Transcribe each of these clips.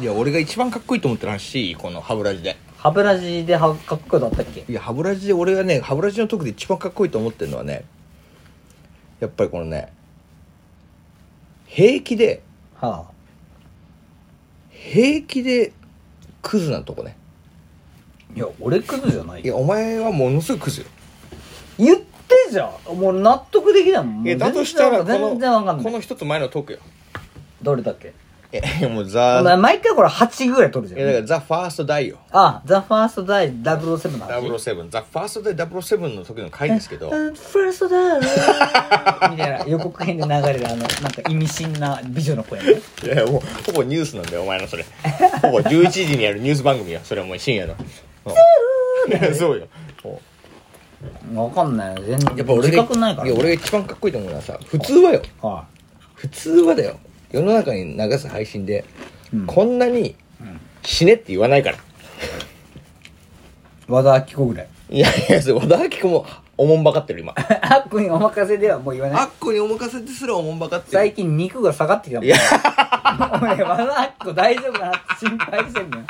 いや俺が一番かっこいいと思ってる話していいこの歯ブラシで歯ブラシではかっこよかったっけいや歯ブラシで俺がね歯ブラシの特で一番かっこいいと思ってるのはねやっぱりこのね平気ではあ平気でクズなとこねいや俺クズじゃないいよやお前はものすごいクズよ言ってじゃんもう納得できないもんもういや全だ然としたらこ全然わかのんなこのい一つ前のトークよどれだっけ えもうおザ前毎回これ8ぐらい取るいじやゃんだからザ・ファースト・ダイよあザ・ファーストダイ007の話007ザ・ファースト・ダイ007の時の回ですけ どうんファーストだよね みたいな予告編で流れるあのなんか意味深な美女の声ねいやもうほぼニュースなんだよお前のそれほぼ11時にやるニュース番組よそれはもう深夜のいや そうよもわかんないよ全う然やっぱ俺自覚ないからいや俺が一番かっこいいと思うのはさ普通はよは普通はだよ世の中に流す配信で、うんこんなに死ねって言わないからい和田アキ子ぐらい いやいやそれ和田アキ子もおもんばかってる今アッコにお任せではもう言わないっこにお任せですらおもんばかって最近肉が下がってきたもんい や俺和田アキ子大丈夫かなって心配してんのよ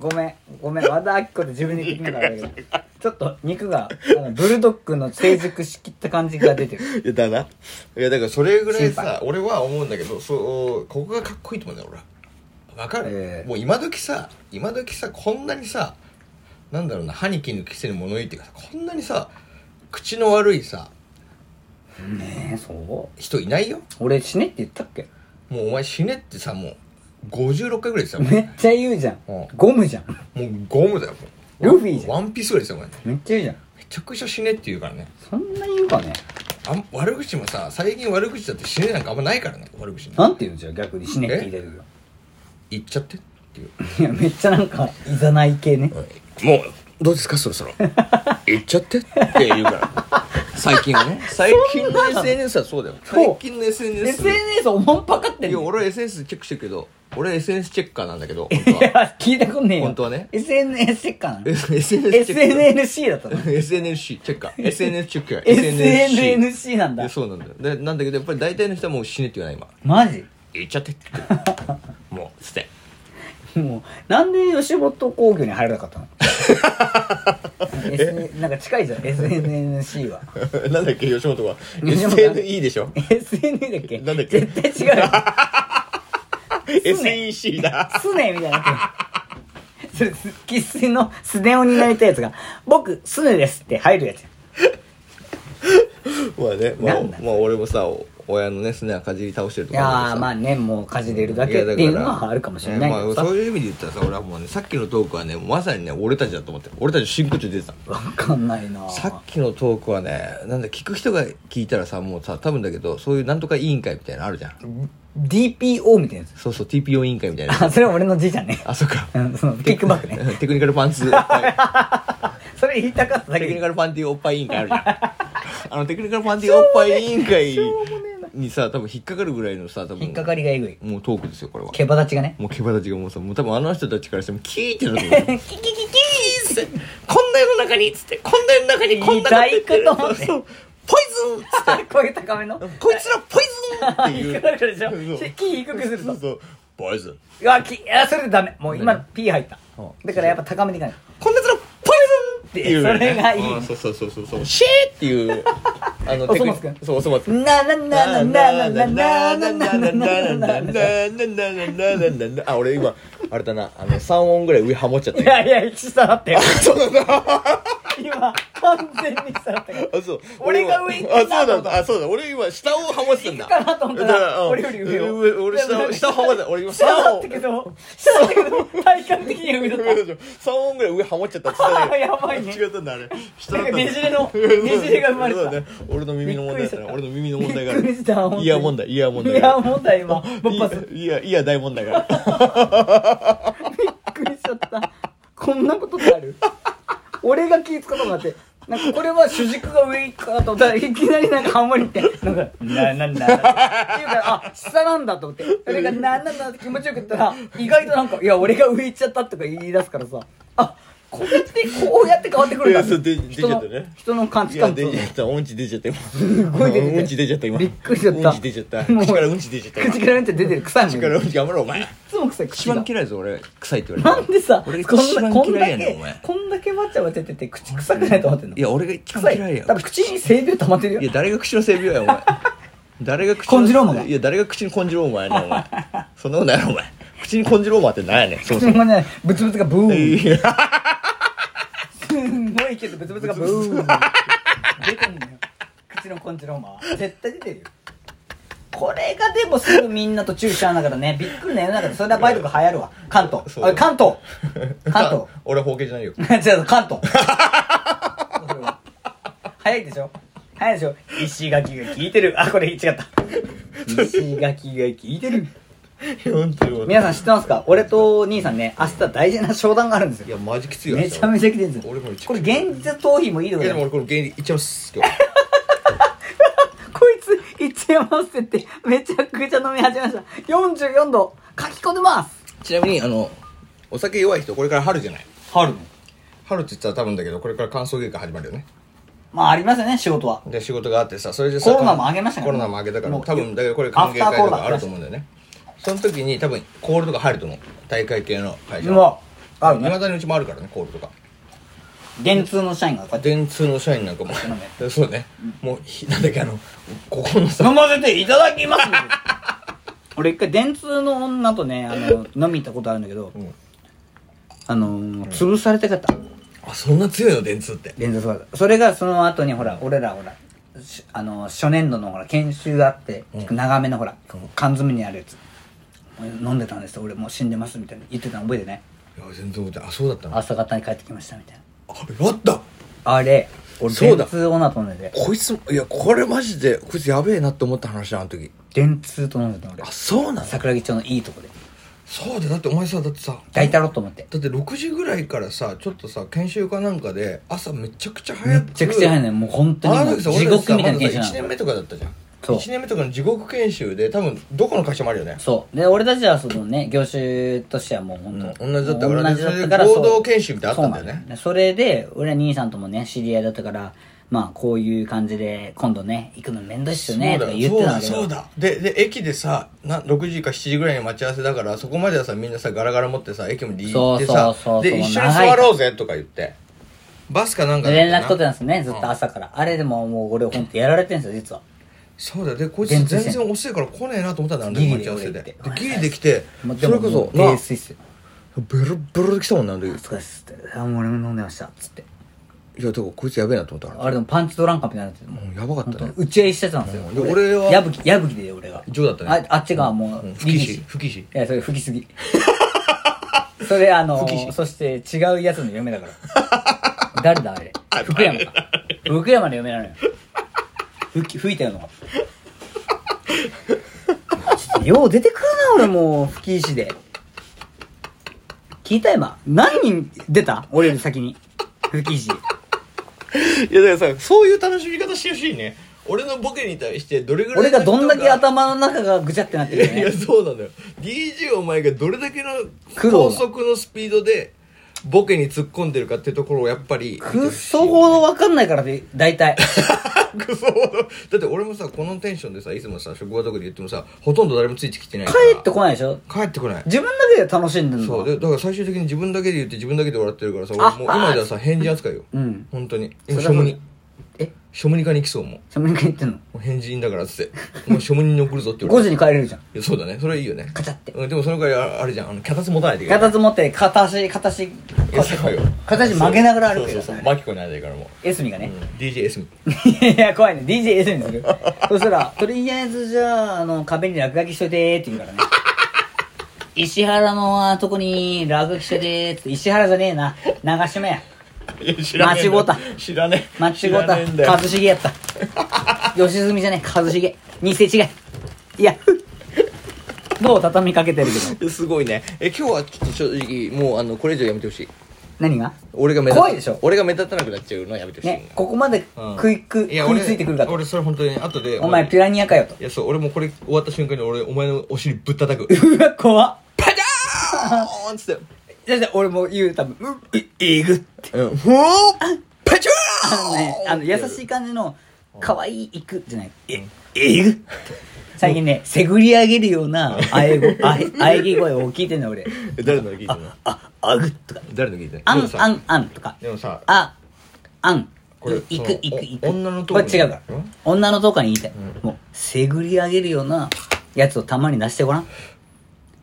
ごめんごめん和田アキ子って自分で言ってみたんだけど ちょっと肉があのブルドッグの成熟しきった感じが出てるいや だないやだからそれぐらい心さ俺は思うんだけどそうここがかっこいいと思うんだよ俺はわかる、ええもう今時さ今時さこんなにさなんだろうな歯に衣着せぬ物言いっていうかさこんなにさ口の悪いさねえそう人いないよ俺死ねって言ったっけもうお前死ねってさもう56回ぐらいでさもめっちゃ言うじゃんうんゴムじゃんう もうゴムだよもうルフィじゃんワンピースぐらいでさお前めっちゃ言うじゃんめちゃくちゃ死ねって言うからねそんな言うかねあん悪口もさ最近悪口だって死ねなんかあんまないからね悪口ねなんて言うんじゃん逆に死ねって言いたいけど言っちゃってっていういやめっちゃなんかいざない系ねもうどうですかそろそ ろ言っちゃってって言うから最近はね最近の SNS はそうだよそう最近の SNS SNS おもんぱかっていんやの俺は SNS チェックしてるけど俺は SNS チェッカーなんだけど い本当は や聞いたことねえよ本当はね SNS チェ ッカーなの SNS チェッ SNLC だったのカー SNC チェッカー SNS チェッカー SNLC なんだでそうなんだよでなんだけどやっぱり大体の人はもう死ねって言わない今マジ言っちゃって ってもう捨て もうなんで吉本興業に入らな かったの SN なんか近いじゃん SNLC はなんだっけ吉本は吉本は SNE でしょ SNE だっけなんだっけ絶対違 うよ SEC だスネみたいになってるそれ生粋のスネ夫になりたいやつが「僕スネです」って入るやつまあね、まあなんだ、まあ俺もさ、お親のね、すねはかじり倒してるといころやーさまあねもうかじれるだいけやっていうのはあるかもしれないけねどまさあ、そういう意味で言ったらさ、俺はもうね、さっきのトークはね、まさにね、俺たちだと思ってる俺たち真空中出てた。わかんないなさっきのトークはね、なんだ、聞く人が聞いたらさ、もうさ、多分だけど、そういうなんとか委員会みたいなのあるじゃん。 DPO みたいなやそうそう、TPO 委員会みたいな つ。あそれは俺のじいちゃんねあ、そっか。うんそのキックバックね。テクニカルパン ツ、それ言いたかっただテけクニでカルパンティおっぱい委員会あるじ ゃん。あの、テクニカルパンティおっぱい委員会にさ、多分引っかかるぐらいのさ、多分、引っかかりがえぐいもうトークですよ、これは。毛羽立ちがねもう毛羽立ちがもうさもう多分あの人たちからしてもキーってなってるキキキキつってこんな世の中につってこんな世の中にこんなこと言ってるいい大工と思ってそうポイズンつっー声高めのてこいつらポイズンってい低うくなるでしょそうキ低くするそとうそうポイズンうわきいやそれダメもう今 P 入ったうんだからやっぱ高めていかないこんなやつらポイズンっていう、それがいいうんそうそうそうそうそうシェーっていうあのおそ松くんそうおそ松くんななななななななななななあ俺今あれだなあの3音ぐらい上ハモっちゃったいやいや、一下だったよ。今、完全に下だったから。あ、そう。俺が上行ってんだあ、そうだ、あ、そうだ。俺今、下をハモってたんだ。行くかなと思ったらだからうん俺より上を上俺下を、下をハモってた。俺今、下だ3っ音た。けど、下だったけど、体感的には上だった。 3音ぐらい上ハモっちゃったっつってたけど やばいね違ったんだ、あれ。下なんだかったんだねじれ の、ねじれが生まれてそうだた。ね。俺の耳の問題だったね。びっくりした俺の耳の問題があびっくりした本当る。にイヤー問題、イヤー問題いがや、あ問題今、る。勃発。び っいや、いや、大問題 がある。くりしちゃった。こんなことってある俺が気ぃつかなくなって。なんかこれは主軸が上行くかなと思ったらいきなりなんかハモリってなんか「ななな」って言うからあ下なんだと思ってそれが「ななな」って気持ちよく言ったら意外となんか「いや俺が上行っちゃった」とか言い出すからさあこうやってこうやって変わってくるんだいやそう出出ち人ゃのったね人の感い知や感出とちゃったうんち出ちゃった今すごい出てたうんち出ちゃった今びっくりしちゃったうんち出ちゃったもう口からうんち出ちゃった今口からなんて出てる臭いもん口いからうんち頑張ろうお前つも臭い口一が番嫌いだぞ俺臭いって言わなれんたでさこ俺が一んな番こんだ嫌いやねんけお前こんだけわちゃわちゃ出てて口臭くないと思ってんのいや俺が一臭番い嫌いや多分口に清流溜まってるよいや誰が口の性病やお 前誰が口根治郎もねいや誰が口に根治郎お前ねお前そんなことないやろお前口に根治郎もあってなんやねんそもそ口ももねブツブツがブーンいやすんごいけどブツブツがブーン出てんのよ口のコンチローマは絶対出てるよこれがでもすぐみんなと注意しちゃうんだからねびっくりな世の中でそれはバイトが流行るわ関東そうおい関東 関俺は包茎じゃないよ東 違う関東それは早いでしょ早いでしょ石垣が効いてるあこれ違った石垣が効いてる45皆さん知ってますか俺と兄さんね明日大事な商談があるんですよいやマジきついよめちゃめちゃ来てるんですよ俺も一応これ現実逃避もいいといこやだでよも俺これ芸人いっちゃいます今日 こいつ一山合わせてめちゃくちゃ飲み始めました44度書き込んでますちなみにあのお酒弱い人これから春じゃない春の春って言ったら多分だけどこれから乾燥芸が始まるよねまあありますよね仕事はで仕事があってさそれでさコロナも上げましたかコらロナも上げたからもう多分だけどこれ歓迎アフター会コとロナかあると思うんだよねその時に多分コールとか入ると思う大会系の会社あいまだにうちもあるからねコールとか電通の社員がこうやって電通の社員なんかもそう だそうねもうひなんだっけあのここのさ飲ませていただきます 俺一回電通の女とねあの飲み行ったことあるんだけど、んあのー潰されてかったあそんな強いの電通って連続技それがその後にほら俺らほらしあの初年度のほら研修があって、長めのほら缶詰にあるやつ飲んでたんです俺もう死んでますみたいな言ってたの覚えてねいや全然覚えてないあそうだったのあ朝方に帰ってきましたみたいなやったあれ俺そうだ電通女と飲んでてこいつもいやこれマジでこいつやべえなって思った話だあの時電通と飲んでたの俺あそうなの桜木町のいいとこでそうだだってお前さだってさ抱いたろうと思ってだって6時ぐらいからさちょっとさ研修かなんかで朝めちゃくちゃめ早くっちゃくちゃ早いねもう本当あにもの時う地さ俺ら獄さみたいまなだ研さ1年修なの目とかだったじゃんそう1年目とかの地獄研修で多分どこの会社もあるよねそうで俺たちはそのね業種としてはもう本当、うん同じだったからね同じだったからそれでそう合同研修みたいなのあったんだよねそうなんよそれで俺は兄さんともね知り合いだったからまあこういう感じで今度ね行くの面倒っすよねとか言ってたんだけどそうだそうだでで駅でさな6時か7時ぐらいに待ち合わせだからそこまではさみんなさガラガラ持ってさ駅まで行ってさそうそうそうそうで一緒に座ろうぜとか言ってバスかなんかだで連たな絡取ってたんですねずっと朝から、あれでももう俺本当やられてんすよ実はそうだよでこいつ電全通線然遅いから来ねえなと思ったんだあのギ時リ待でち合わせ俺で行っでてギリできてもうそれこもそうな泥酔っすよベロベロで来たもんなんだけどお疲れっすってあもう俺も飲んでましたっつっていやだからこいつやべえなと思ったからあれでもパンチドランカーみたいになっててもううんやばかっ本た当にね打ち合いしてたんですようんで俺は矢吹矢吹で俺が一応だったねああっちがもううん力吹き士師吹き師いやそれ吹きすぎ それあの吹き師そして違うやつの嫁だ から誰だあれ福山か福山の嫁なのよ吹き吹いたよのがちょっとよう出てくるな俺もう吹き石で聞いた今何人出た俺より先に吹き石いやだからさそういう楽しみ方してほしいね俺のボケに対してどれぐらい俺がどんだけ頭頭の中がぐちゃってなっているよやいやねそうなのよ DJ お前がどれだけの苦労高が速のスピードでボケに突っ込んでるかってところをやっぱりクソほどわかんないからで大体 クソだって俺もさこのテンションでさいつもさ職場とかで言ってもさほとんど誰もついてきてない帰からってこないでしょ帰ってこない自分だけで楽しんでんそうのでだから最終的に自分だけで言って自分だけで笑ってるからさ俺あもう今じゃさ変人扱いようん本当にそ今れショはもムうニえショムニ科に行きそうもそんなに言ってんのう変人だからっつってもうショムニに送るぞって言わ5れて時に帰れるじゃんいやそうだねそれはいいよねカチャってうんでもその代わりあれじゃんあの脚立持たないといけない片手持って片足片足いやそうよ片足曲げながら歩くよそうそうそうマキコに会えないからもエスミがう、ね、 DJS みいや怖いね DJ エスミにするそしたら「とりあえずじゃああの壁に落書きしといて」って言う からね石原のあとこに落書きしといてーって石原じゃねえな長島やいや知らねえんだ間違うた知らね間違うた一茂 やった吉住じゃねえ一茂偽違いいやどう畳みかけてるけどすごいねえ今日はちょっと正直もうあのこれ以上やめてほしい何が俺が目立た怖いでしょ俺が目立たなくなっちゃうのはやめてほしいねここまでうん食い,、くや食いついてくるか俺と俺それ本当に後でお前ピラニアかよといやそう俺もうこれ終わった瞬間に俺お前のお尻ぶったたくうわ怖っパジャーンっつってそして俺も言う、多分、うい、えぐって。うんもうパチュあのね、あの、優しい感じの、可愛い、いく、じゃない、え、えぐって。最近ね、せぐり上げるような、あえご、あ え、あえぎ声を聞いてんの俺。ー誰の聞いてんのあ、あぐっとか。誰の聞いてんのあでんも、さあん、あんとか。でもさあ、あん。これいそくの、いく、いく。お女の塔これ違うからうん。女の塔から言いたい。もう、せぐり上げるようなやつをたまに出してごらん。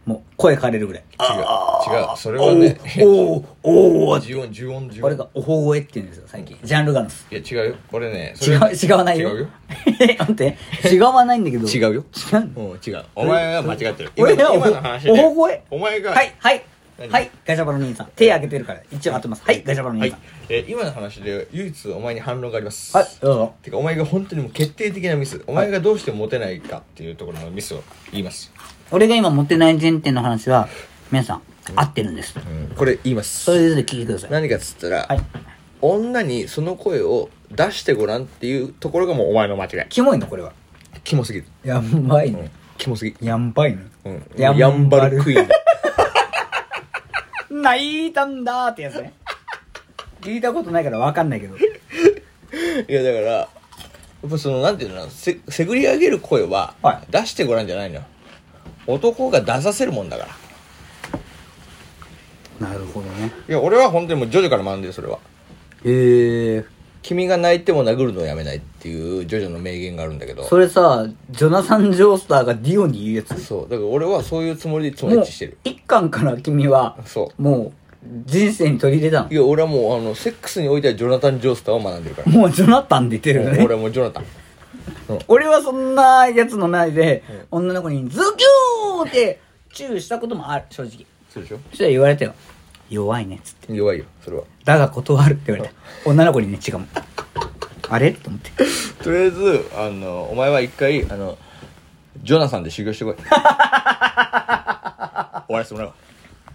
もう、声枯れるぐらい。違う違うそれはね おーおーおー重音重音重音俺がおほ声って言うんですよ、最近。ジャンルがのす。いや違うよこれねそ違れう、違わないよ。違うよえ、 待って、違わないんだけど。違う。うよ違うのうん違うお前は間違ってる俺はお今の話でおほ声お前がはい、はい。何はい、ガシャバの兄さん。手挙げてるから、一応当てます。はい、ガシャバのは兄いさん。えー今の話で唯一お前に反論がありますはい、どうぞ。てかお前が本当にもう決定的なミスお前がどうしてモテないかっていうところのミスを言います俺が今持ってない前提の話は、皆さん、合ってるんです。これ言いまそすれぞれ聞いてください。何かっつったらはい。女にその声を出してごらんっていうところがもうお前の間違いキモいのこれは。キモすぎるやんばいね。キモすぎるやんばいね。うんやんばるやんばるク イーン泣いたんだーってやつね。聞いたことないからわかんないけど。いやだからやっぱそのなんていうのかなせせぐり上げる声ははい出してごらんじゃないのよ男が出させるもんだからなるほどね。いや俺は本当にもうジョジョから学んでるそれはへえ。君が泣いても殴るのをやめないっていうジョジョの名言があるんだけどそれさ、ジョナサン・ジョースターがディオに言うやつ。そうだから俺はそういうつもりでいつもも一う致してる、一巻から君は、そもう、人生に取り入れたのい。や俺はもうあのセックスにおいてはジョナタン・ジョースターを学んでるからもうジョナタンで言ってるよもうね。俺はもうジョナタン俺はそんなやつのないで、女の子にズキューってチューしたこともある、正直。そうでしょそしたら言われたよ。弱いね、つって。弱いよそれはだが断るって言われた。女の子にね、違うもん。あれと思って。とりあえずあのお前は一 回あのジョナサンで修行してこい終わらせてもらうわ